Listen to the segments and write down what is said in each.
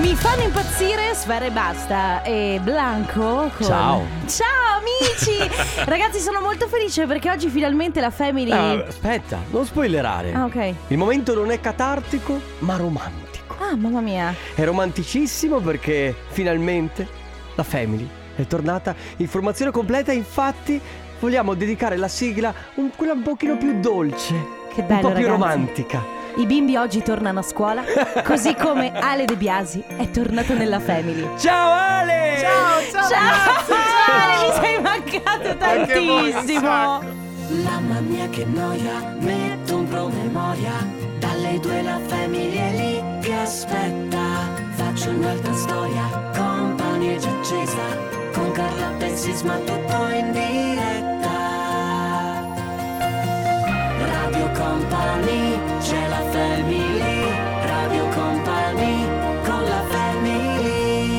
Mi fanno impazzire Sfere Basta e Blanco. Con... Ciao. Ciao amici! Ragazzi, sono molto felice perché oggi finalmente la Family. Ah, aspetta, non spoilerare. Ah, ok. Il momento non è catartico, ma romantico. Ah, mamma mia. È romanticissimo perché finalmente la Family è tornata. Informazione completa, infatti, vogliamo dedicare la sigla un, quella un pochino più dolce. Che bello, Un po' ragazzi. più romantica. I bimbi oggi tornano a scuola, così come Ale De Biasi è tornato nella Family. Ciao Ale! Ciao, Ale, mi sei mancato tantissimo. Mamma mia che noia, metto un promemoria Dalle due la famiglia è lì che aspetta Faccio un'altra storia, compagnie già accesa Con Carla e Sisma tutto in diretta Radio Company, c'è la family Radio Company, con la family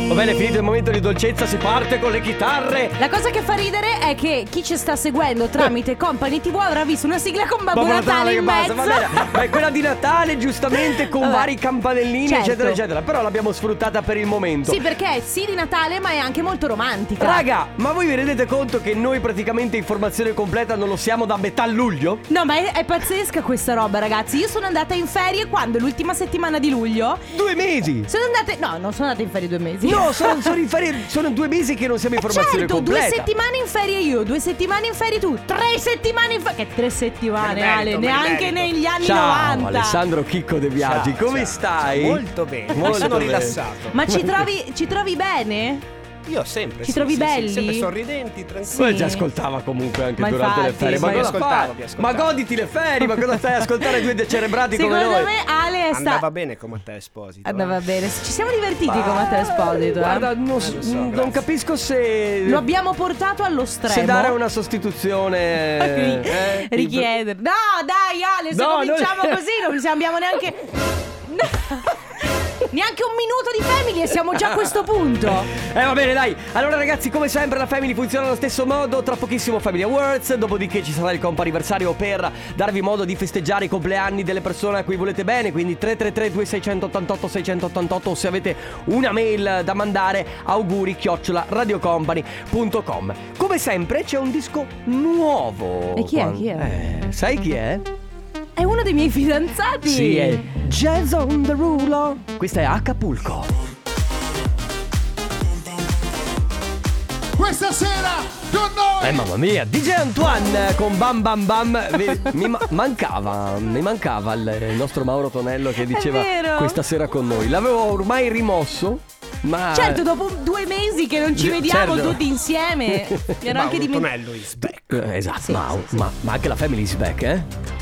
Va bene, finito il momento di dolcezza, si parte con le chitarre. La cosa che fa ridere è che chi ci sta seguendo tramite Company TV avrà visto una sigla con Babbo, Natale, che in basta, mezzo. va bene. Ma è quella di Natale, giustamente, con Vabbè. vari campanellini, Certo. eccetera, eccetera. Però l'abbiamo sfruttata per il momento. Sì, perché è sì di Natale, ma è anche molto romantica. Raga, ma voi vi rendete conto che noi praticamente informazione completa non lo siamo da metà luglio? No, ma è, è pazzesca questa roba, ragazzi. Io sono andata in ferie quando? L'ultima settimana di luglio. Due mesi! Sono andata. No, non sono andata in ferie due mesi. No, sono, sono in ferie- sono due mesi che non siamo Eh, informazione Certo, completa. due settimane in ferie io, due settimane in ferie tu, tre settimane in ferie. Che tre settimane, Ale? Neanche negli anni Ciao 90. Alessandro Chicco De Viaggi, Ciao, come ciao, stai? ciao, molto bene, Molto sono bene. rilassato. Ma ci trovi, ci trovi bene? Io sempre. Ci sì, trovi sì, sì, belli? sempre sorridenti, tranquilli. Poi Sì. ci ascoltava comunque anche Ma durante infatti, le ferie. sì. Ma, Vi cosa ascoltavo, fai? vi ma ascoltavo. goditi le ferie, ma cosa stai a ascoltare due decerebrati come Secondo noi? me Ale è Andava stato. bene con Matteo Esposito. Andava bene, ci siamo divertiti con Matteo Eh, Esposito. eh. Guarda, non, Eh, lo so, non grazie. capisco se. Lo abbiamo portato allo stremo. se dare una sostituzione. eh, Richiedere. richiedere. No, dai, Ale, se No, cominciamo noi- così non ci abbiamo neanche. No. neanche un minuto di family e siamo già a questo punto. Eh va bene dai Allora ragazzi come sempre la Family funziona allo stesso modo Tra pochissimo Family Awards Dopodiché ci sarà il compo anniversario Per darvi modo di festeggiare i compleanni delle persone a cui volete bene Quindi 333 2688 688 O se avete una mail da mandare Auguri chiocciola radiocompany.com Come sempre c'è un disco nuovo E chi è? Chi è? Eh, sai chi è? È uno dei miei fidanzati. Sì è Jason Derulo Questa è Acapulco Questa sera con noi Eh mamma mia, DJ Antoine con Bam Bam Bam Ve- mi ma- mancava, mi mancava il, il nostro Mauro Tonello che diceva vero. questa sera con noi. L'avevo ormai rimosso, ma Certo, dopo due mesi che non ci Gi- vediamo certo. tutti insieme. Mi ero Mauro anche dimenticato. Tonello is back. Eh, esatto, Sì, ma, sì, sì. ma- ma anche la family is back, eh?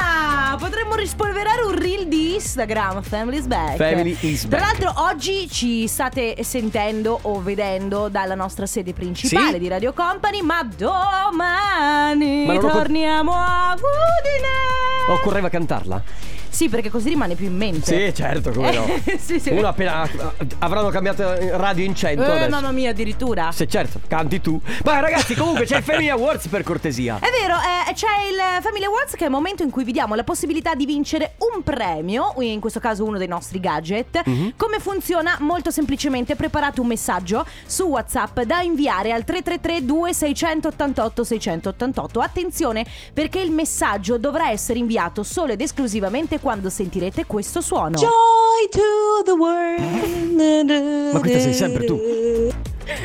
Ah, potremmo rispolverare un reel di Instagram, Family's Back. Family is Tra back. l'altro oggi ci state sentendo o vedendo dalla nostra sede principale Sì. di Radio Company, ma domani Ma non ho co- torniamo a Udine. Occorreva cantarla? Sì, perché così rimane più in mente. Sì, certo, come no. Eh, sì, sì. Uno appena avranno cambiato radio in Eh, 100 adesso. mamma mia, addirittura. Se certo, canti tu. Ma ragazzi, comunque c'è il Family Awards per cortesia. È vero, eh, c'è il Family Awards che è il momento in cui vi diamo la possibilità di vincere un premio, in questo caso uno dei nostri gadget. Mhm. Come funziona? Molto semplicemente preparate un messaggio su WhatsApp da inviare al 333 2688 688. Attenzione perché il messaggio dovrà essere inviato solo ed esclusivamente quando sentirete questo suono. Joy to the world. Ma questa sei sempre tu.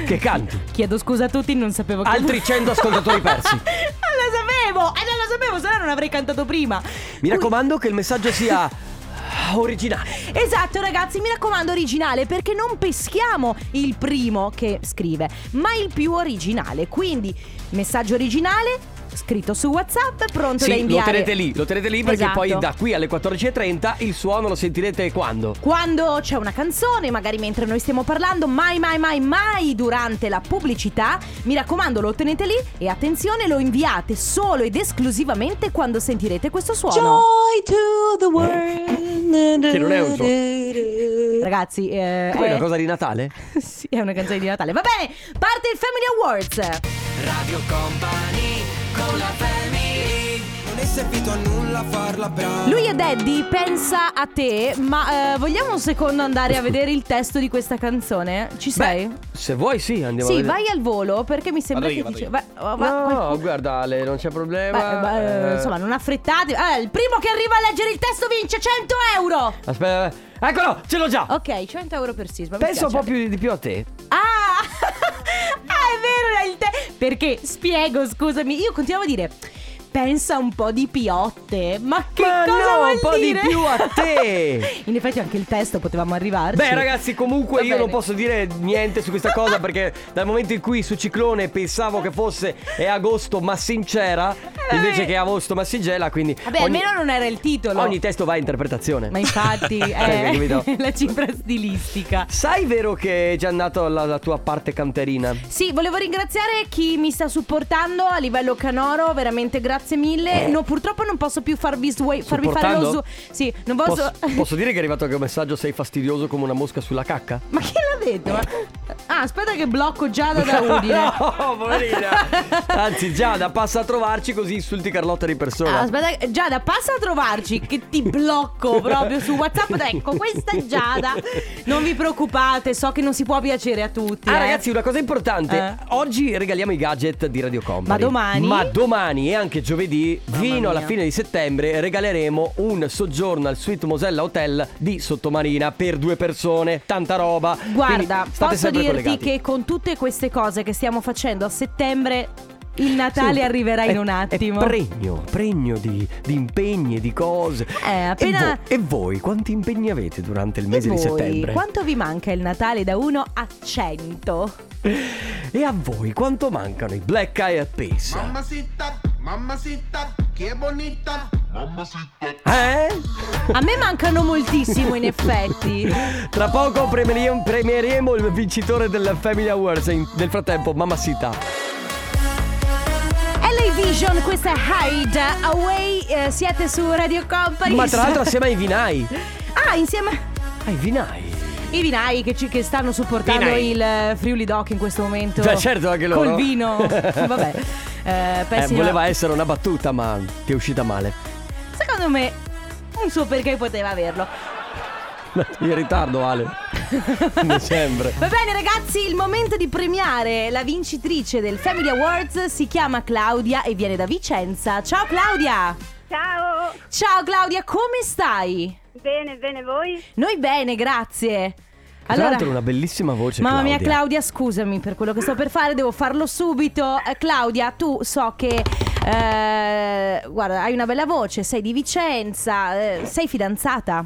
Che canti? Chiedo scusa a tutti, non sapevo che Altri 100 ascoltatori persi. non lo sapevo! E non lo sapevo, se no non avrei cantato prima. Mi raccomando che il messaggio sia originale. Esatto ragazzi, mi raccomando originale perché non peschiamo il primo che scrive, ma il più originale. Quindi messaggio originale scritto su WhatsApp, pronto da Sì, lo inviare. tenete lì, lo tenete lì perché Esatto. poi da qui alle 14.30 il suono lo sentirete quando? Quando c'è una canzone, magari mentre noi stiamo parlando, mai mai mai mai durante la pubblicità, mi raccomando lo tenete lì e attenzione lo inviate solo ed esclusivamente quando sentirete questo suono. Joy to the world. Che non è un Ragazzi, eh, Poi è eh, una cosa di Natale? sì, è una canzone di Natale. Va bene, parte il Family Awards. Radio Company con la family. non è servito a nulla farla brava. Lui è Daddy, pensa a te, ma eh, vogliamo un secondo andare a vedere il testo di questa canzone? Ci sei? Beh, se vuoi sì, andiamo a sì, vedere. vai al volo perché mi sembra Vado io, che vado dice... io. vai- oh, va- No, qualcuno- guarda Ale, non c'è problema. Beh, beh, Eh, insomma, non affrettate. Eh, il primo che arriva a leggere il testo vince 100 euro. Aspetta, aspetta. eccolo, ce l'ho già. Ok, 100 euro per Sisma. Oh, mi Penso un po' piace. più di più a te. Ah! ah, è vero, era il te- Perché spiego, scusami, io continuavo a dire. Pensa un po' di piotte. Ma che Ma cosa no, vuol un po' di dire? più a te. In effetti anche il testo potevamo arrivarci. Beh ragazzi comunque Va io bene. non posso dire niente su questa cosa perché dal momento in cui su Ciclone pensavo che fosse è agosto ma sincera vabbè. invece che è agosto ma sigela quindi Eh, Vabbè, almeno non era il titolo. ogni testo va a interpretazione. Ma infatti, Hai capito? eh, la cifra stilistica. Sai vero che è già andata la, la tua parte canterina? Sì, volevo ringraziare chi mi sta supportando a livello canoro, veramente grazie mille. No, purtroppo non posso più farvi, swa- farvi fare lo Eh. Supportando? su. Sì, non posso. Posso, posso dire che è arrivato anche un messaggio sei fastidioso come una mosca sulla cacca? Ma chi l'ha detto? Ma- Ah, aspetta che blocco Giada da Udine. No, poverina. Anzi, Giada, passa a trovarci così insulti Carlotta di persona. Ah, aspetta, che- Giada, passa a trovarci che ti blocco proprio su WhatsApp. Ecco, questa è Giada. Non vi preoccupate, so che non si può piacere a tutti. Ah, eh. ragazzi, una cosa importante. Eh. Oggi regaliamo i gadget di Radio Company. Ma domani? Ma domani e anche giovedì, fino alla mia. fine di settembre, regaleremo un soggiorno al Suite Mosella Hotel di Sottomarina per due persone. Tanta roba. Quindi Guarda, state posso sempre dirti collegati. che con tutte queste cose che stiamo facendo a settembre, il Natale Sì, arriverà in è- un attimo. È pregno, pregno di, di impegni e di cose. Eh, appena- e, voi, e voi quanti impegni avete durante il mese E voi, di settembre? Quanto vi manca il Natale da 1 a 100? E a voi quanto mancano i Black Eyed Peas? Mamacita, mamacita, che bonita. Eh? A me mancano moltissimo in effetti. Tra poco premieremo, premieremo il vincitore del Family Awards. In- nel frattempo, Mamacita. LA Vision, questa è Hide Away, eh, siete su Radio Company. Ma tra l'altro assieme ai vinai. Ah, insieme Ai vinai. i vinai che, ci, che stanno supportando Vinai. il eh, Friuli Doc in questo momento. Cioè, certo, anche loro. Col vino. Vabbè. Eh, Eh, pessima- voleva essere una battuta, ma ti è uscita male. Secondo me un suo perché poteva averlo. In ritardo, Ale. Mi sembra. Va bene ragazzi, il momento di premiare la vincitrice del Family Awards si chiama Claudia e viene da Vicenza. Ciao Claudia! Ciao, Ciao Claudia, come stai? bene, bene voi? Noi bene, grazie. Tra l'altro, una bellissima voce. Mamma mia Claudia. Claudia, scusami per quello che sto per fare, devo farlo subito. Eh, Claudia, tu so che eh, guarda, hai una bella voce, sei di Vicenza, eh, sei fidanzata.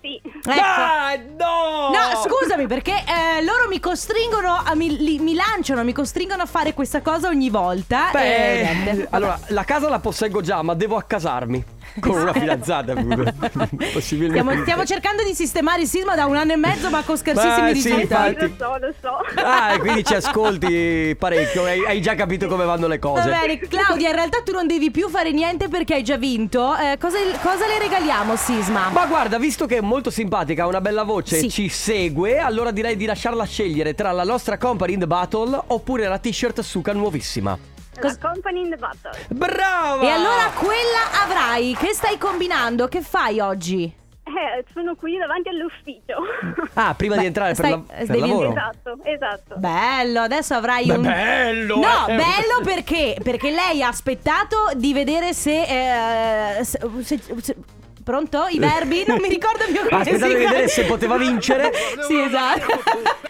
Sì, Ecco. no! No, scusami perché eh, loro mi costringono, a, mi, li- mi lanciano, mi costringono a fare questa cosa ogni volta. Beh, e niente. allora, la casa la posseggo già, ma devo accasarmi con Esatto. una fidanzata. Possibilmente. Stiamo, stiamo cercando di sistemare il sisma da un anno e mezzo, ma con scarsissimi Beh, sì, risultati. infatti. lo so, lo so. Ah, e quindi ci ascolti parecchio, hai, hai già capito come vanno le Va cose. bene, Claudia, in realtà tu non devi più fare niente perché hai già vinto. Eh, cosa, cosa le regaliamo, Sisma? Ma guarda, visto che è molto simpatica, ha una bella voce Sì. ci segue, allora direi di lasciarla scegliere tra la nostra company in the battle oppure la t-shirt Suka nuovissima. La company in the battle. Brava! E allora quella avrai. Che stai combinando? Che fai oggi? Eh, sono qui davanti all'ufficio. Ah, prima Beh, di entrare per, stai- la- per devi- lavoro. esatto, esatto. Bello, adesso avrai un. bello! No, eh. bello perché? Perché lei ha aspettato di vedere se. eh, se- se- se- pronto? I verbi? Non mi ricordo più Ha come si aspettato di vedere chiama. se poteva vincere. sì, esatto.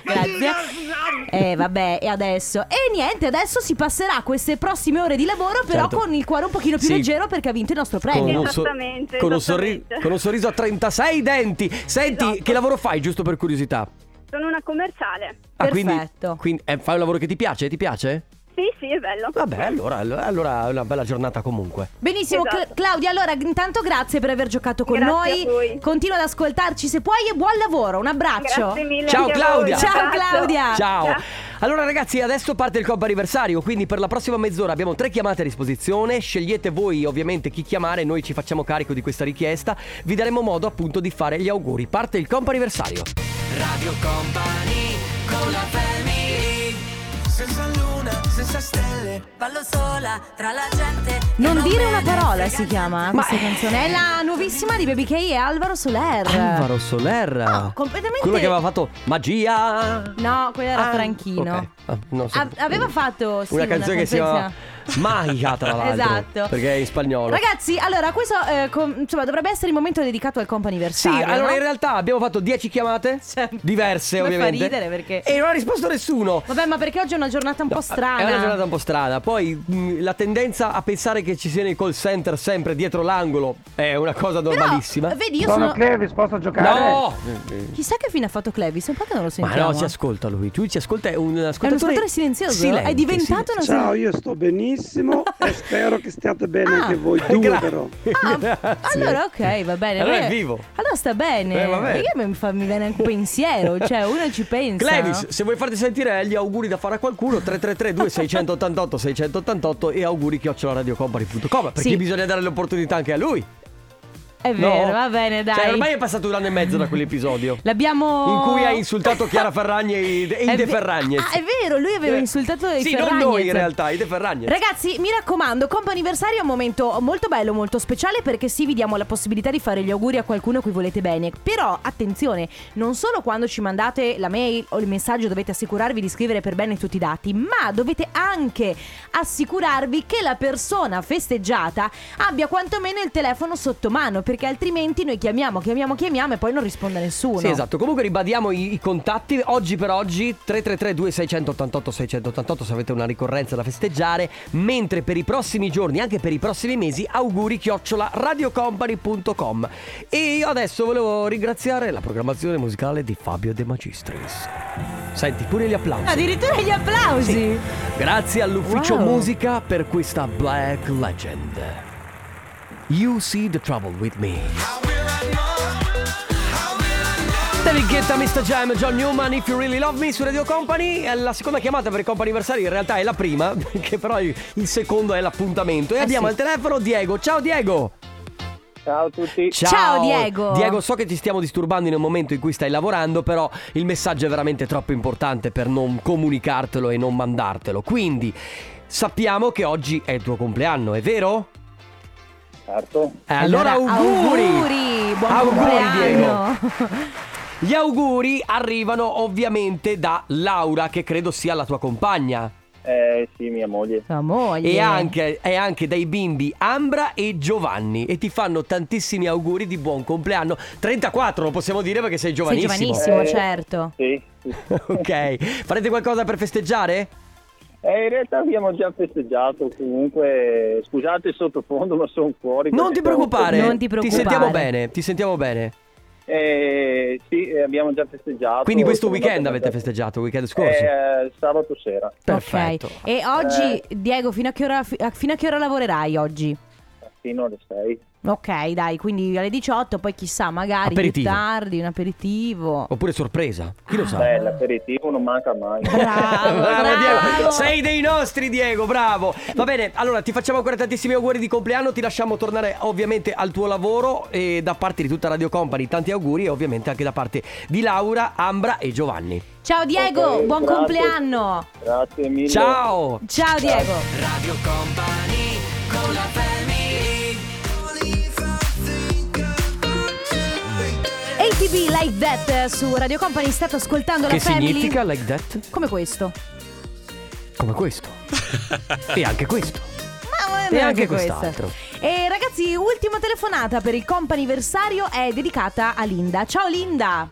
Grazie. Eh, vabbè, e adesso? E niente, adesso si passerà queste prossime ore di lavoro, però Certo. con il cuore un pochino più Sì. leggero perché ha vinto il nostro Con premio. un sor- Esattamente, con, un esattamente. sorri- con un sorriso a 36 denti. Senti, Esatto. che lavoro fai, giusto per curiosità? Sono una commerciale. Ah, Perfetto. quindi, quindi eh, fai un lavoro che ti piace? Ti piace? Sì, sì, è bello. Vabbè, allora, allora è una bella giornata comunque. Benissimo, Esatto. Cla- Claudia. Allora, intanto grazie per aver giocato con Grazie noi. a voi. Continua ad ascoltarci se puoi e buon lavoro. Un abbraccio. Grazie mille. Ciao, anche a Claudia. voi. Ciao, Un abbraccio. Claudia. Ciao. Ah, Ciao. Allora ragazzi, adesso parte il Coppa Anniversario, quindi per la prossima mezz'ora abbiamo tre chiamate a disposizione, scegliete voi ovviamente chi chiamare, noi ci facciamo carico di questa richiesta, vi daremo modo appunto di fare gli auguri. Parte il Coppa Anniversario. Radio Company con la family. Senza luna, senza stelle Ballo sola tra la gente. Non dire una parola si chiama questa canzone. È la nuovissima di Baby K e Alvaro Soler. Alvaro Soler. Oh, No, completamente- Quello che aveva fatto magia. No, quello era Ah, Franchino. ok. Ah, non so. A- aveva fatto sì, una canzone che si chiama Magia, tra l'altro. Esatto. Perché è in spagnolo. Ragazzi, allora, questo eh, com- insomma, dovrebbe essere il momento dedicato al Sì, comp'anniversario allora no? in realtà abbiamo fatto 10 chiamate Certo. diverse, Mi fa ovviamente. ridere perché- E non ha risposto nessuno. Vabbè, ma perché oggi è una giornata un po' strana. È una giornata un po' strana. Poi mh, la tendenza a pensare che ci siano i call center sempre dietro l'angolo è una cosa Però, normalissima. vedi, io sono. no! Chissà che fine ha fatto Clevis, un po' che non lo Ma sentiamo. eh. no, ci ascolta lui. Lui ci ascolta, è un È un ascoltatore. ascoltatore silenzioso. eh? silente, è Ah, diventato una Ciao, io sto benissimo e spero che stiate bene Ah. anche voi due però. Ah, Grazie. allora ok, va bene. Allora Beh, è vivo. Allora sta bene. Eh, va bene. Perché mi, fa, mi viene anche un pensiero, cioè uno ci pensa. Clevis, se vuoi farti sentire gli auguri da fare a qualcuno 333 2688 688 e auguri chioccioladiocompany.com perché Sì. bisogna dare l'opportunità anche a lui. È No? vero, va bene, dai. Cioè, ormai è passato un anno e mezzo da quell'episodio. L'abbiamo In cui ha insultato Chiara Ferragni e De- e È i De ve- Ferragnez. Ah, è vero, lui aveva Eh, insultato i Sì, non Ferragnez. noi in realtà, i De Ferragnez. Ragazzi, mi raccomando, comp'anniversario è un momento molto bello, molto speciale perché sì, vi diamo la possibilità di fare gli auguri a qualcuno a cui volete bene. Però attenzione, non solo quando ci mandate la mail o il messaggio dovete assicurarvi di scrivere per bene tutti i dati, ma dovete anche assicurarvi che la persona festeggiata abbia quantomeno il telefono sotto mano, perché altrimenti noi chiamiamo, chiamiamo, chiamiamo e poi non risponde nessuno. Sì, esatto. Comunque ribadiamo i, i contatti. Oggi per oggi 333 2688 688 se avete una ricorrenza da festeggiare. Mentre per i prossimi giorni, anche per i prossimi mesi, auguri chiocciola radiocompany.com. E io adesso volevo ringraziare la programmazione musicale di Fabio De Magistris. Senti pure gli applausi. Addirittura gli applausi. Sì. Grazie all'ufficio Wow. musica per questa Black Legend. You see the trouble with me. David Guetta, Mr. Jam, John Newman, If You Really Love Me su Radio Company. È la seconda chiamata per il comp'anniversario, in realtà è la prima, che però il il secondo è l'appuntamento. E abbiamo Eh sì. al telefono Diego. Ciao Diego! Ciao a tutti. Ciao, Diego. Diego, so che ti stiamo disturbando in un momento in cui stai lavorando, però il messaggio è veramente troppo importante per non comunicartelo e non mandartelo. Quindi sappiamo che oggi è il tuo compleanno, è vero? Certo. Eh, allora, auguri! auguri! Buon Auguri, compleanno! Gli auguri arrivano ovviamente da Laura, che credo sia la tua compagna, Eh sì, mia moglie. Tua moglie. e anche, e anche dai bimbi Ambra e Giovanni. E ti fanno tantissimi auguri di buon compleanno. 34 lo possiamo dire perché sei Sei giovanissimo. giovanissimo, Eh. certo. Sì. ok, farete qualcosa per festeggiare? Eh, in realtà abbiamo già festeggiato comunque. Scusate il sottofondo, ma sono fuori. Non ti preoccupare, Non ti preoccupare. sentiamo bene, ti sentiamo bene. Eh, sì, eh, abbiamo già festeggiato. Quindi questo Sono weekend andato a avete mangiare. festeggiato, il weekend scorso. Eh, sabato sera. Perfetto. Ok. E oggi, Diego, fino a, che ora, fi- fino a che ora lavorerai oggi? Fino alle 6. Ok, dai, quindi alle 18, poi chissà, magari Aperitivo. Oh. più tardi, un aperitivo. Oppure sorpresa, chi lo sa? Beh, l'aperitivo non manca mai. Bravo, bravo. Diego. Sei dei nostri, Diego, bravo. Va bene, allora ti facciamo ancora tantissimi auguri di compleanno. Ti lasciamo tornare ovviamente al tuo lavoro. E da parte di tutta Radio Company, tanti auguri. E ovviamente anche da parte di Laura, Ambra e Giovanni. Ciao Diego, Ok, buon grazie. compleanno! Grazie mille. Ciao! Ciao Diego! ATB Like That su Radio Company, state ascoltando la family. like that? Come questo. Come questo. e anche questo. Ma E anche questo. quest'altro. E ragazzi, ultima telefonata per il comp'anniversario è dedicata a Linda. Ciao Linda!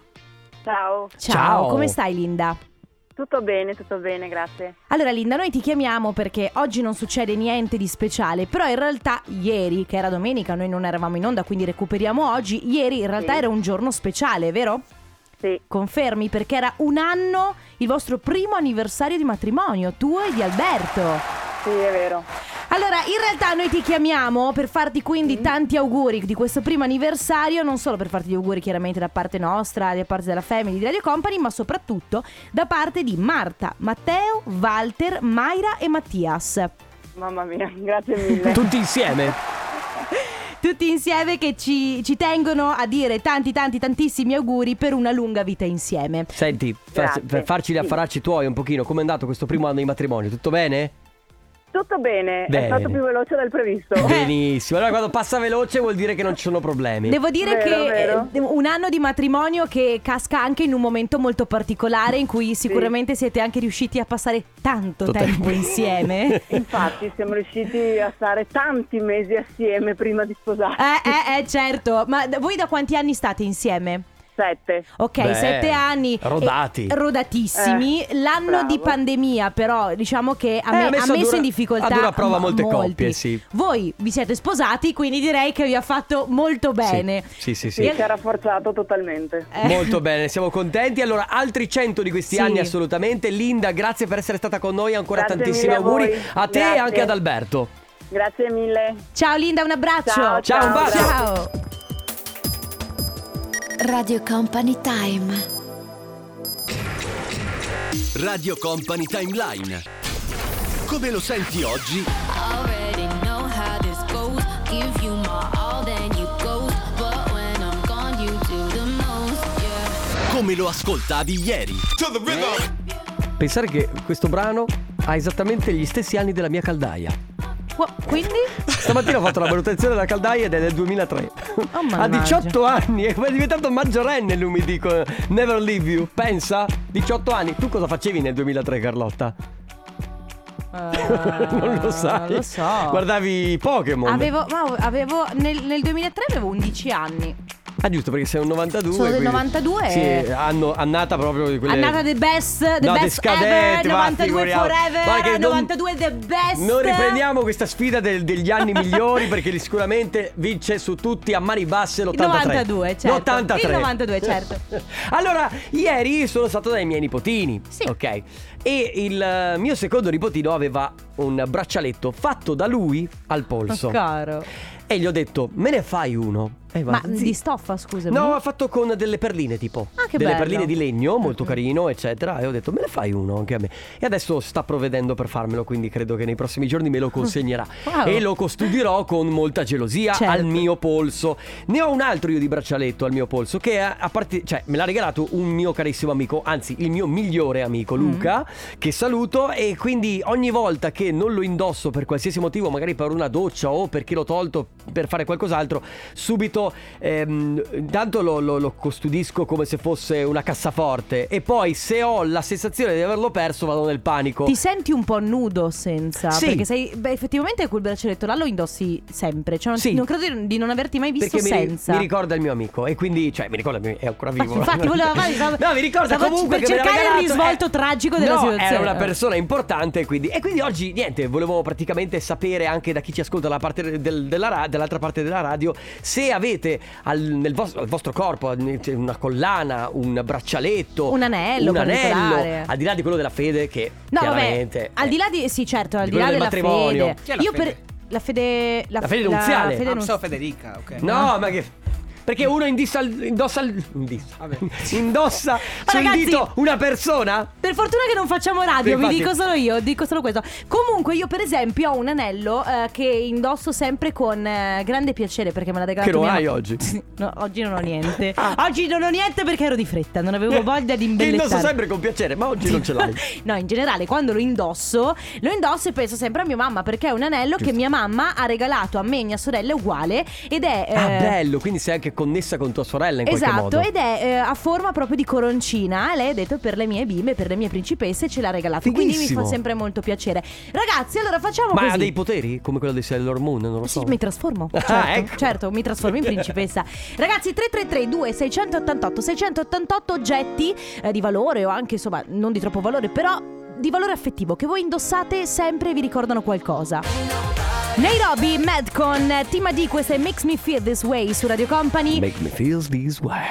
Ciao, Ciao. come stai Linda? tutto bene, tutto bene, grazie. Allora Linda, noi ti chiamiamo perché oggi non succede niente di speciale, però in realtà ieri, che era domenica, noi non eravamo in onda, quindi recuperiamo oggi, ieri in realtà Sì. era un giorno speciale, vero? Sì, Confermi perché era un anno il vostro primo anniversario di matrimonio, tuo e di Alberto. sì, è vero. Allora, in realtà noi ti chiamiamo per farti quindi tanti auguri di questo primo anniversario, non solo per farti gli auguri chiaramente da parte nostra, da parte della Family di Radio Company, ma soprattutto da parte di Marta, Matteo, Walter, Mayra e Mattias. Mamma mia, grazie mille. Tutti insieme. tutti insieme che ci, ci tengono a dire tanti, tanti, tantissimi auguri per una lunga vita insieme. Senti, fa- Grazie. per farci gli Sì. affaracci tuoi un pochino, com'è andato questo primo anno di matrimonio? Tutto bene? Tutto bene, Bene. è stato più veloce del previsto. Eh. Benissimo. Allora quando passa veloce vuol dire che non ci sono problemi. Devo dire Vero, che vero. eh, un anno di matrimonio che casca anche in un momento molto particolare in cui sicuramente siete anche riusciti a passare tanto Tutto tempo tempo. insieme. eh, Infatti siamo riusciti a stare tanti mesi assieme prima di sposarci. eh, eh, certo. Ma d- voi da quanti anni state insieme? Sette. Ok, Beh, sette anni. rodati. Eh, rodatissimi. Eh, L'anno bravo. di pandemia, però, diciamo che ha, Eh, me- ha ha messo messo a dura- in difficoltà. a dura prova ma- molte molti. coppie, sì. Voi vi siete sposati, quindi direi che vi ha fatto molto bene. Sì, sì, sì. Sì, ci ha rafforzato totalmente. Eh. Molto bene, siamo contenti. Allora, altri 100 di questi Sì. anni assolutamente. Linda, grazie per essere stata con noi, ancora Grazie tantissimi mille a auguri voi. a te e Grazie. anche ad Alberto. Grazie mille. Ciao Linda, un abbraccio. Ciao, Ciao, un bacio. Ciao. Radio Company Time. Radio Company Timeline. Come lo senti oggi? Already know how this goes. Give you my all, then you go. But when I'm gone, you do the most. Yeah. Come lo ascoltavi ieri? Pensare che questo brano ha esattamente gli stessi anni della mia caldaia. Qua- Quindi? Stamattina ho fatto la valutazione della caldaia ed è del 2003. Oh, a mannaggia. 18 anni è diventato maggiorenne lui mi dico Never leave you. Pensa, 18 anni. Tu cosa facevi nel 2003 Carlotta? non lo sai. Ah, Eh, Lo so. Guardavi i Pokémon. Avevo, ma avevo nel, nel 2003 avevo 11 anni. Ah giusto perché sei un 92 Sono del quindi- 92. Sì anno, annata proprio di quelle Annata the best, the No, best discadenti, ever, va, 92 figuriamo. forever, Guarda che non- 92 the best. Non riprendiamo questa sfida del- degli anni migliori perché sicuramente vince su tutti a mani basse Il l'83 92, certo. 83 Il 92, certo. Allora, ieri sono stato dai miei nipotini. Sì. Ok. E il eh, mio secondo nipotino aveva un braccialetto fatto da lui al polso. Ma Oh, caro. E gli ho detto, me ne fai uno? E Eh, va, Ma "Sì." di stoffa, scusami. No, ha fatto con delle perline tipo. Ah, che delle bello. perline di legno, molto Mhm. carino, eccetera. E ho detto, me ne fai uno anche a me. E adesso sta provvedendo per farmelo, quindi credo che nei prossimi giorni me lo consegnerà. Wow. E lo custodirò con molta gelosia Certo. al mio polso. Ne ho un altro io di braccialetto al mio polso che a a parte, cioè, me l'ha regalato un mio carissimo amico, anzi il mio migliore Mm. amico Luca, che saluto e quindi ogni volta che non lo indosso per qualsiasi motivo, magari per una doccia o perché l'ho tolto per fare qualcos'altro, subito ehm, intanto lo, lo- lo custodisco come se fosse una cassaforte e poi se ho la sensazione di averlo perso vado nel panico. Ti senti un po' nudo senza? Sì. Perché sei. Beh, effettivamente quel braccialetto là lo indossi sempre. Cioè, non, Sì. non credo di- di non averti mai visto Perché mi, ri- senza. mi ricorda il mio amico e quindi, cioè, mi ricorda, il mio- è ancora vivo. Infatti, volevo fare- stavo- No, mi ricorda stavo comunque per che me l'ha cercare il regalato, risvolto eh, tragico della no, situazione. Era una persona importante, quindi. E quindi oggi, niente, volevo praticamente sapere anche da chi ci ascolta dalla parte del- della ra- dall'altra parte della radio se avete al, nel vos- al vostro corpo eh, c'è una collana, un braccialetto, Un anello un anello, particolare. al di là di quello della fede, che No, chiaramente. eh. vabbè. Al di là di. Sì, certo, al di di là quello della del matrimonio. fede. Chi è la Io fede? per. La fede. La fede La nuziale. fede Non nuz- so Federica, ok. No, Eh? ma che. Perché uno indissa, il- indossa, il- indissa, Vabbè. indossa sul ragazzi- dito una persona? Per fortuna che non facciamo radio, Infatti. vi dico solo io, dico solo questo. Comunque io per esempio ho un anello eh, che indosso sempre con eh, grande piacere perché me l'ha regalato Che non mia hai ma- oggi. No, oggi non ho niente. Ah. Oggi non ho niente perché ero di fretta, non avevo voglia di Ti imbellettare. indosso Eh, sempre con piacere, ma oggi non ce l'hai. No, in generale, quando lo indosso, lo indosso e penso sempre a mia mamma perché è un anello che mia mamma ha regalato a me e mia sorella uguale ed è Ah, eh, bello, quindi sei anche connessa con tua sorella in qualche Esatto, modo. ed è eh, a forma proprio di coroncina. Lei ha detto per le mie bimbe, per le mie principesse, ce l'ha regalato. Quindi Fighissimo. mi fa sempre molto piacere. Ragazzi, allora facciamo Ma diciamo così. ha dei poteri come quello di Sailor Moon? Non lo so. Sì, mi trasformo. Ah, Certo, ecco. certo, mi trasformo in principessa. Ragazzi, 333 688 688 oggetti eh, di valore o anche, insomma, non di troppo valore, però di valore affettivo che voi indossate sempre e vi ricordano qualcosa. Nairobi, Madcon, Tima D, questo è Makes Me Feel This Way su Radio Company. Make me feel this way.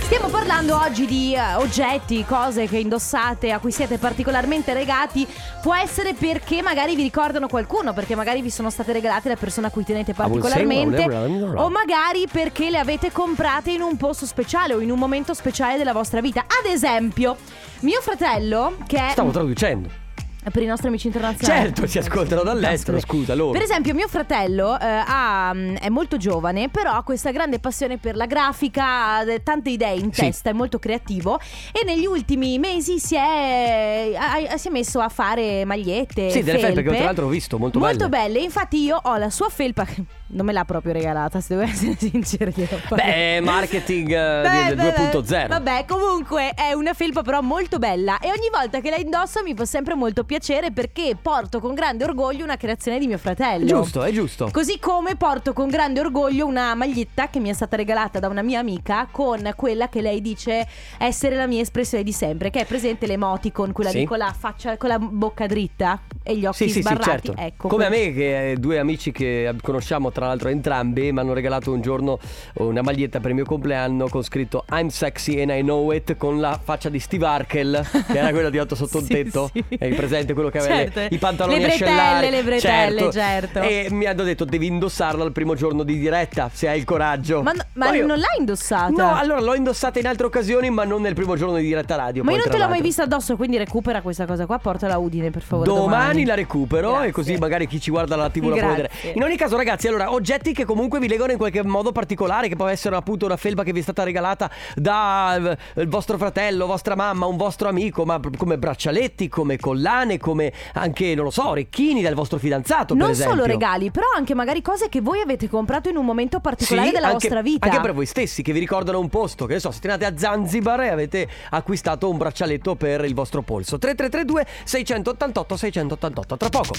Stiamo parlando oggi di eh, oggetti, cose che indossate, a cui siete particolarmente legati. Può essere perché magari vi ricordano qualcuno, perché magari vi sono state regalate da persona a cui tenete will say well, particolarmente. never, never, never. O magari perché le avete comprate in un posto speciale o in un momento speciale della vostra vita. Ad esempio, mio fratello, che è. Stavo traducendo. Eh, Per i nostri amici internazionali. Certo, ci ascoltano dall'estero, scusa loro. Per esempio, mio fratello eh, ha, mm, è molto giovane, però ha questa grande passione per la grafica, ha de- tante idee in Sì. testa, è molto creativo. E negli ultimi mesi si è, ha- ha- si è messo a fare magliette. Sì, delle felpe, felpe che tra l'altro ho visto, molto Molto belle. belle. Infatti, io ho la sua felpa. che Non me l'ha proprio regalata, se devo essere sincera. gliel'ho pagata. Beh, marketing eh, Beh, di- beh, beh. 2.0. Vabbè, comunque è una felpa però molto bella e ogni volta che la indosso mi fa sempre molto piacere perché porto con grande orgoglio una creazione di mio fratello. Giusto, è giusto. Così come porto con grande orgoglio una maglietta che mi è stata regalata da una mia amica con quella che lei dice essere la mia espressione di sempre, che è presente l'emoticon, quella Sì. lì con la faccia, con la bocca dritta e gli occhi Sì, sì, sì, sbarrati. certo. Ecco, Come a quel- me, che eh, due amici che eh, conosciamo, tra l'altro entrambi, mi hanno regalato un giorno una maglietta per il mio compleanno con scritto I'm sexy and I know it con la faccia di Steve Arkel, che era quella di Otto sotto un Sì, tetto. sì. È presente quello che aveva le- Certo. i pantaloni Le bretelle, a scellare. le bretelle, certo. E mi hanno detto devi indossarla al primo giorno di diretta, se hai il coraggio. Ma, no- ma Poi io- non l'hai indossata? No, allora l'ho indossata in altre occasioni, ma non nel primo giorno di diretta radio. Ma poi, io non te tra l'ho mai l'altro. vista addosso, quindi recupera questa cosa qua, portala a Udine per favore. Domani, Domani, la recupero Grazie. e così magari chi ci guarda la TV la può Grazie. vedere. In ogni caso, ragazzi, allora, oggetti che comunque vi legano in qualche modo particolare, che può essere appunto una felpa che vi è stata regalata da eh, il vostro fratello, vostra mamma, un vostro amico, ma pr- come braccialetti, come collane, come anche, non lo so, orecchini dal vostro fidanzato, per Non esempio. solo regali, però anche magari cose che voi avete comprato in un momento particolare Sì, della anche- vostra vita. Anche per voi stessi che vi ricordano un posto, che ne so, siete nati a Zanzibar e avete acquistato un braccialetto per il vostro polso. 3332 688 688. Tra poco.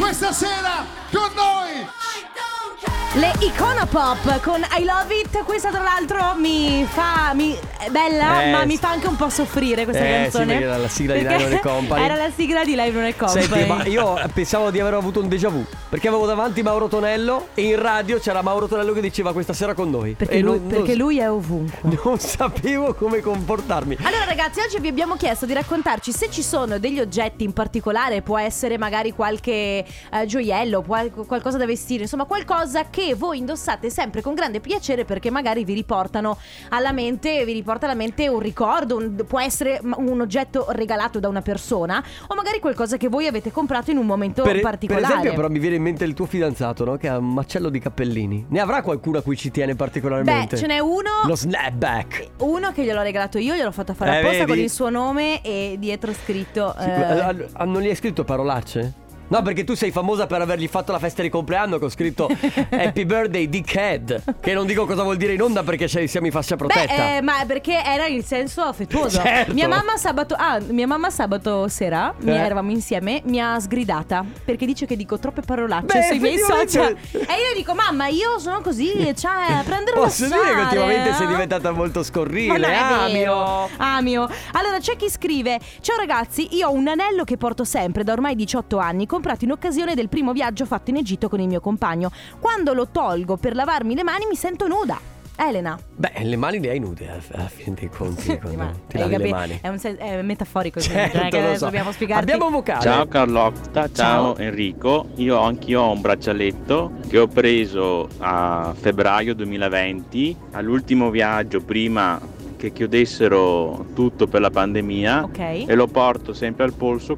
Questa sera con noi Le Icona Pop con I Love It, questa tra l'altro mi fa, mi, è bella, Eh, ma sì. mi fa anche un po' soffrire questa Eh, sì, canzone. perché era la sigla di Perché Live on the Company. Era la sigla di Live on the Company. Senti, ma io pensavo di aver avuto un déjà vu perché avevo davanti Mauro Tonello e in radio c'era Mauro Tonello che diceva questa sera con noi. Perché, e lui, non, perché non- lui è ovunque. non sapevo come comportarmi. Allora ragazzi, oggi vi abbiamo chiesto di raccontarci se ci sono degli oggetti in particolare, può essere magari qualche eh, gioiello, qual- qualcosa da vestire, insomma qualcosa che voi indossate sempre con grande piacere perché magari vi riportano alla mente, vi riporta alla mente un ricordo, un- può essere m- un oggetto regalato da una persona o magari qualcosa che voi avete comprato in un momento Per, per particolare. esempio, però, mi viene in mente il tuo fidanzato, no? Che ha un macello di cappellini. Ne avrà qualcuno a cui ci tiene particolarmente? Beh, ce n'è uno. Eh. Lo snapback. Uno che gliel'ho regalato io, gliel'ho fatto fare Eh, apposta vedi? con il suo nome e dietro scritto... Sì, eh, ma- ah, ah, non gli hai scritto parolacce? No, perché tu sei famosa per avergli fatto la festa di compleanno che ho scritto Happy Birthday Dickhead. Che non dico cosa vuol dire in onda perché sei- siamo in fascia protetta. Beh, eh, ma perché era il senso affettuoso. Certo. Mia mamma sabato, ah, mia mamma sabato sera, mi- Eh. eravamo insieme, mi ha sgridata perché dice che dico troppe parolacce Beh, sui miei social. effettivamente- E io dico, mamma, io sono così, cioè, prendere Posso dire che ultimamente sei diventata diventata molto eh, ma non scorrile, è amio. vero. Amio. Allora c'è chi scrive: Ciao ragazzi, io ho un anello che porto sempre da ormai 18 anni, comprato in occasione del primo viaggio fatto in Egitto con il mio compagno. Quando lo tolgo per lavarmi le mani mi sento nuda. Elena. Beh, le mani le hai nude alla alla fine dei conti quando Ma- eh, ti hai lavi le capi- mani. È, un sen- è metaforico, quindi, Certo, non è che lo adesso so. dobbiamo spiegarti. Abbiamo un vocale. Ciao Carlotta, ciao, Ciao. Enrico, io anch'io ho un braccialetto che ho preso a febbraio 2020, all'ultimo viaggio prima che chiudessero tutto per la pandemia Ok. Certo. e lo porto sempre al polso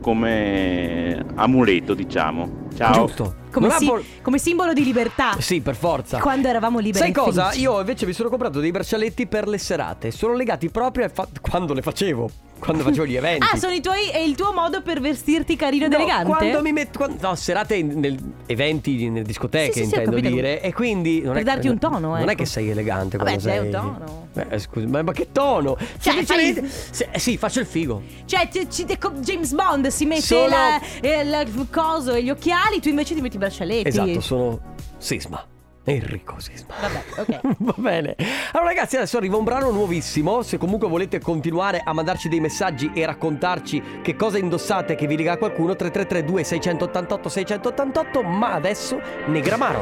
come amuleto diciamo. Ciao. Giusto. Come, Non ha si- por- come simbolo di libertà. Sì, per forza. Quando eravamo liberi. Sai e cosa? felici. Io invece mi sono comprato dei braccialetti per le serate. Sono legati proprio al fa- quando le facevo, quando facevo gli eventi. Ah, sono i tuoi. È il tuo modo per vestirti carino ed No, elegante. Quando mi metto. quan- no, serate in- nel, eventi, in- nelle discoteche, Sì, sì, sì, ho intendo capito. dire. E quindi. Non Per è, darti un tono, Non è ecco. che sei elegante Vabbè, quando sei sei. un tono. Eh, scusi, ma, ma che tono? Cioè, Semplicemente- fai- se- sì, faccio il figo. Cioè, ci- ci- co- James Bond si mette Sono- la- eh, la- il coso e gli occhiali, tu invece ti metti i braccialetti. Esatto, sono Sisma. Enrico Sisma. Vabbè, ok. Va bene. Allora ragazzi, adesso arriva un brano nuovissimo. Se comunque volete continuare a mandarci dei messaggi e raccontarci che cosa indossate che vi lega a qualcuno, 3332 688 688, ma adesso Negramaro.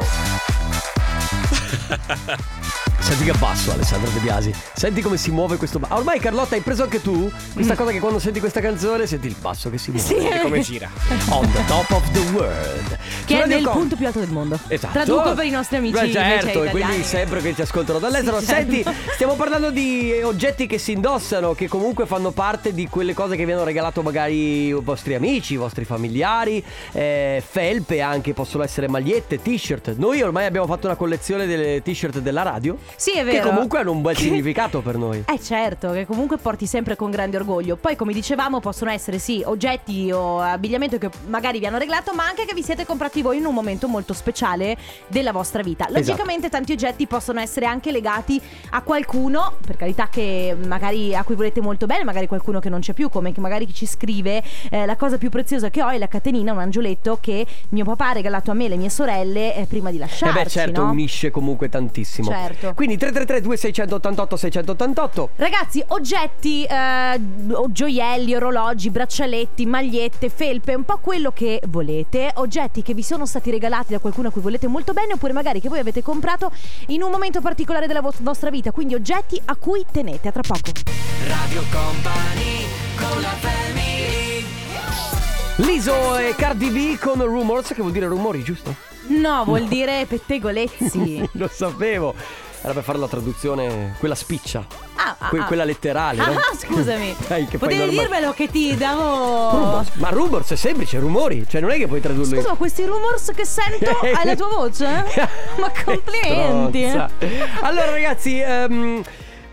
Senti che basso Alessandro De Biasi. Senti come si muove questo basso. Ormai Carlotta hai preso anche tu questa cosa che quando senti questa canzone senti il basso che si muove. Mm. Sì. E come gira. On the top of the world. Su Che è Radio nel Com- punto più alto del mondo. Esatto. Traduco per i nostri amici. Beh, invece certo, e italiani. quindi sembra che ti ascoltano dall'estero. Sì, certo. Senti, stiamo parlando di eh, oggetti che si indossano, che comunque fanno parte di quelle cose che vi hanno regalato magari i vostri amici, i vostri familiari, eh, felpe anche, possono essere magliette, t-shirt. Noi ormai abbiamo fatto una collezione delle t-shirt della radio. Sì, è Che vero. comunque hanno un bel Che- significato per noi. Eh certo, che comunque porti sempre con grande orgoglio. Poi come dicevamo possono essere sì oggetti o abbigliamento che magari vi hanno regalato ma anche che vi siete comprati voi in un momento molto speciale della vostra vita. Esatto. Logicamente tanti oggetti possono essere anche legati a qualcuno, per carità che magari a cui volete molto bene, magari qualcuno che non c'è più, come che magari chi ci scrive eh, la cosa più preziosa che ho è la catenina, un angioletto che mio papà ha regalato a me e le mie sorelle eh, prima di Eh lasciarci. beh certo, no? unisce comunque tantissimo. Certo. Quindi 333 2688 688 Ragazzi, oggetti, eh, o gioielli, orologi, braccialetti, magliette, felpe, un po' quello che volete. Oggetti che vi sono stati regalati da qualcuno a cui volete molto bene, oppure magari che voi avete comprato in un momento particolare della vo- vostra vita. Quindi oggetti a cui tenete. A tra poco. Radio Company con la family. Liso e Cardi B con Rumors, che vuol dire rumori, giusto? No, vuol dire pettegolezzi. Lo sapevo. Era per fare la traduzione, quella spiccia. Ah, ah, Que- ah. quella letterale. Ah, no? ah, scusami. Dai, che poi Potevi norma- dirmelo che ti davo. Rumors. Ma rumors è semplice, rumori. Cioè, non è che puoi tradurlo in- Scusa, ma questi rumors che sento è la tua voce? Ma complimenti. eh. Stronza. Allora, ragazzi, ehm,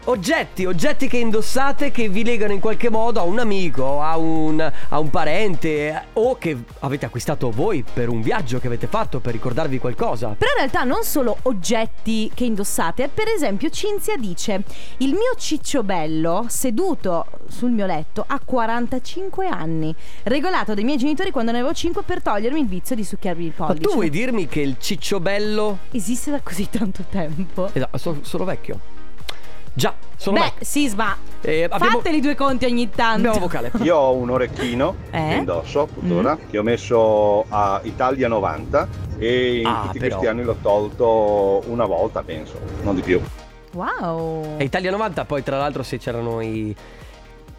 oggetti, oggetti che indossate che vi legano in qualche modo a un amico, a un, a un parente o che avete acquistato voi per un viaggio che avete fatto per ricordarvi qualcosa. Però in realtà non solo oggetti che indossate, per esempio Cinzia dice "Il mio ciccio bello seduto sul mio letto a 45 anni, regalato dai miei genitori quando ne avevo 5 per togliermi il vizio di succhiarmi il Ma pollice". tu vuoi dirmi che il cicciobello esiste da così tanto tempo? Esatto, sono, sono vecchio. Già, sono Beh, vecchio. Sisma, Eh, abbiamo- fateli due conti ogni tanto. Abbiamo vocale. Io ho un orecchino Eh? che indosso tuttora, che ho messo a Italia 90 e in Ah, tutti però. questi anni l'ho tolto una volta, penso, non di più. Wow! E Italia 90, poi tra l'altro se c'erano i...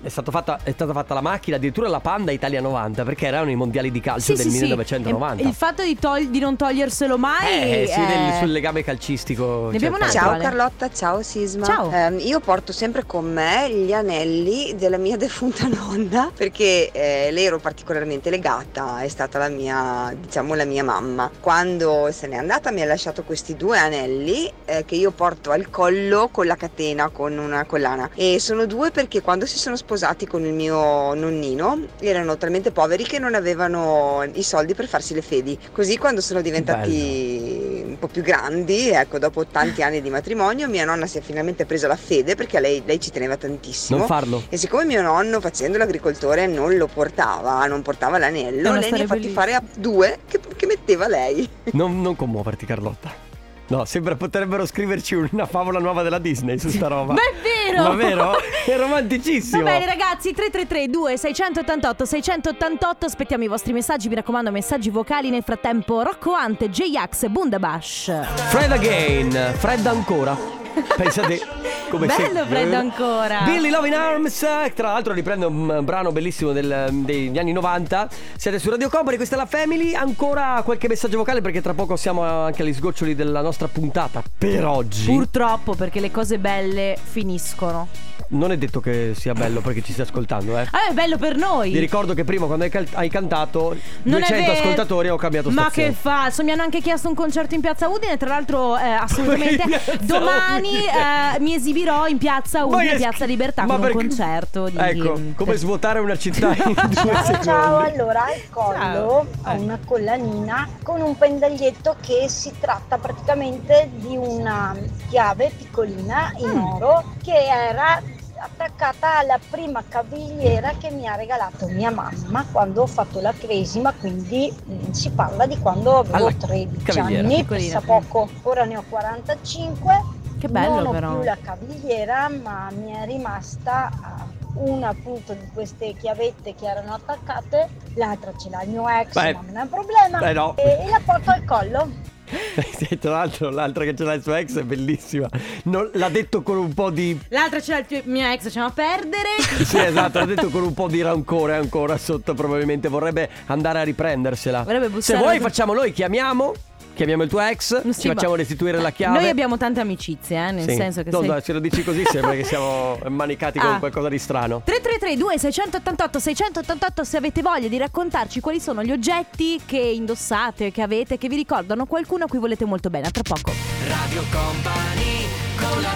È, stato fatta, è stata fatta la macchina, addirittura la Panda Italia 90, perché erano i mondiali di calcio Sì, del sì, sì. 1990. Il fatto di, tol- di non toglierselo mai Eh, sì, è- del- sul legame calcistico. Ne abbiamo certo. un'altra, Ciao Carlotta, ciao Sisma. Ciao. Ehm, io porto sempre con me gli anelli della mia defunta nonna perché eh, le ero particolarmente legata, è stata la mia, diciamo, la mia mamma. Quando se n'è andata mi ha lasciato questi due anelli eh, che io porto al collo con la catena, con una collana. E sono due perché quando si sono sposati con il mio nonnino erano talmente poveri che non avevano i soldi per farsi le fedi. Così quando sono diventati un po' più grandi, ecco, dopo tanti anni di matrimonio, mia nonna si è finalmente presa la fede perché a lei, lei ci teneva tantissimo. Non farlo. E siccome mio nonno, facendo l'agricoltore, non lo portava, non portava È l'anello, lei una ne storia ha fatti bellissima. fare a due che, che metteva lei. Non, non commuoverti Carlotta. No, sembra potrebbero scriverci una favola nuova della Disney su sta roba. Ma è vero! Ma vero? È romanticissimo. Va bene ragazzi, 333 2688 688 aspettiamo i vostri messaggi, mi raccomando messaggi vocali nel frattempo Rocco Ante, J-Ax, Bundabash. Fred again, Fred ancora. Pensate come Bello se- Fred ancora. Billy Love in Arms, eh, tra l'altro riprende un eh, brano bellissimo del- mm, degli anni 90. Siete su Radio Company, questa è la Family. Ancora qualche messaggio vocale perché tra poco siamo anche agli sgoccioli della nostra puntata per oggi. Purtroppo perché le cose belle finiscono. non è detto che sia bello perché ci stia ascoltando, eh. Ah, è bello per noi. Vi ricordo che prima quando hai, cal- hai cantato Non è 200 vero. ascoltatori ho cambiato Ma stazione. che falso, mi hanno anche chiesto un concerto in piazza Udine, tra l'altro eh, assolutamente Piazza domani Udine. eh, mi esibirò in piazza Ma Udine, è- piazza Libertà ma con perché- un concerto di... Ecco, come svuotare una città in due secondi. Ciao, allora al collo Ciao. ho una collanina con un pendaglietto che si tratta praticamente di una chiave piccolina in Mm. oro che era attaccata alla prima cavigliera che mi ha regalato mia mamma quando ho fatto la cresima, quindi mm, si parla di quando avevo Alla 13 cavigliera. anni, Piccolina. pensa poco, ora ne ho 45. Che bello, non ho però. più la cavigliera, ma mi è rimasta ah, una appunto di queste chiavette che erano attaccate, l'altra ce l'ha il mio ex, Beh, ma non è un problema. beh, no. e, e la porto al collo. Sì, Tra l'altro, l'altra che ce l'ha il suo ex è bellissima. Non- l'ha detto con un po' di. L'altra c'era il tuo- mio ex, c'è a perdere. Sì, esatto, l'ha detto con un po' di rancore ancora sotto. Probabilmente vorrebbe andare a riprendersela. Vorrebbe bussare Se vuoi, alla- facciamo noi, chiamiamo. Chiamiamo il tuo ex, Sì, ci ma- facciamo restituire la chiave. Noi abbiamo tante amicizie, eh, nel Sì. senso che No, sei... no, se lo dici così sembra che siamo manicati Ah. con qualcosa di strano. 3332 688 688 se avete voglia di raccontarci quali sono gli oggetti che indossate, che avete, che vi ricordano qualcuno a cui volete molto bene. A tra poco. Radio Company con la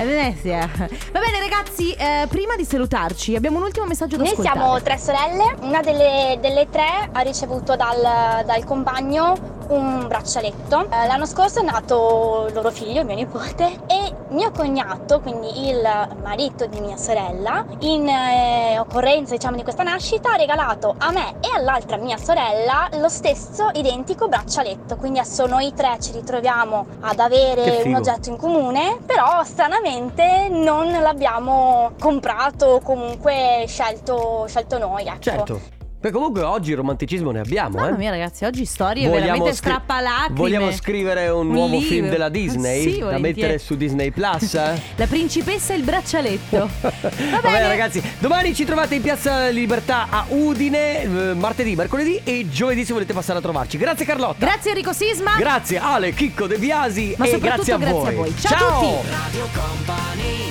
Eh, sì, eh. Va bene ragazzi, eh, prima di salutarci abbiamo un ultimo messaggio da Noi ascoltare. siamo tre sorelle, una delle, delle tre ha ricevuto dal, dal compagno un braccialetto. Eh, L'anno scorso è nato loro figlio, mio nipote, e mio cognato, quindi il marito di mia sorella, in eh, occorrenza diciamo di questa nascita, ha regalato a me e all'altra mia sorella lo stesso identico braccialetto. Quindi adesso noi tre ci ritroviamo ad Che avere un figo. oggetto in comune, però stranamente non l'abbiamo comprato o comunque scelto, scelto noi. Ecco. Certo. Beh, comunque oggi romanticismo ne abbiamo, eh. Mamma mia ragazzi, oggi storie veramente scri- strappalacrime. Vogliamo scrivere un, nuovo libro. film della Disney Sì, da volentieri. mettere su Disney Plus. eh? La principessa e il braccialetto. Va bene, ragazzi, domani ci trovate in Piazza Libertà a Udine, eh, martedì, mercoledì e giovedì se volete passare a trovarci. Grazie Carlotta. Grazie Enrico Sisma. Grazie Ale, Chicco De Biasi Ma e soprattutto grazie a grazie a voi. voi. Ciao a tutti. Radio Company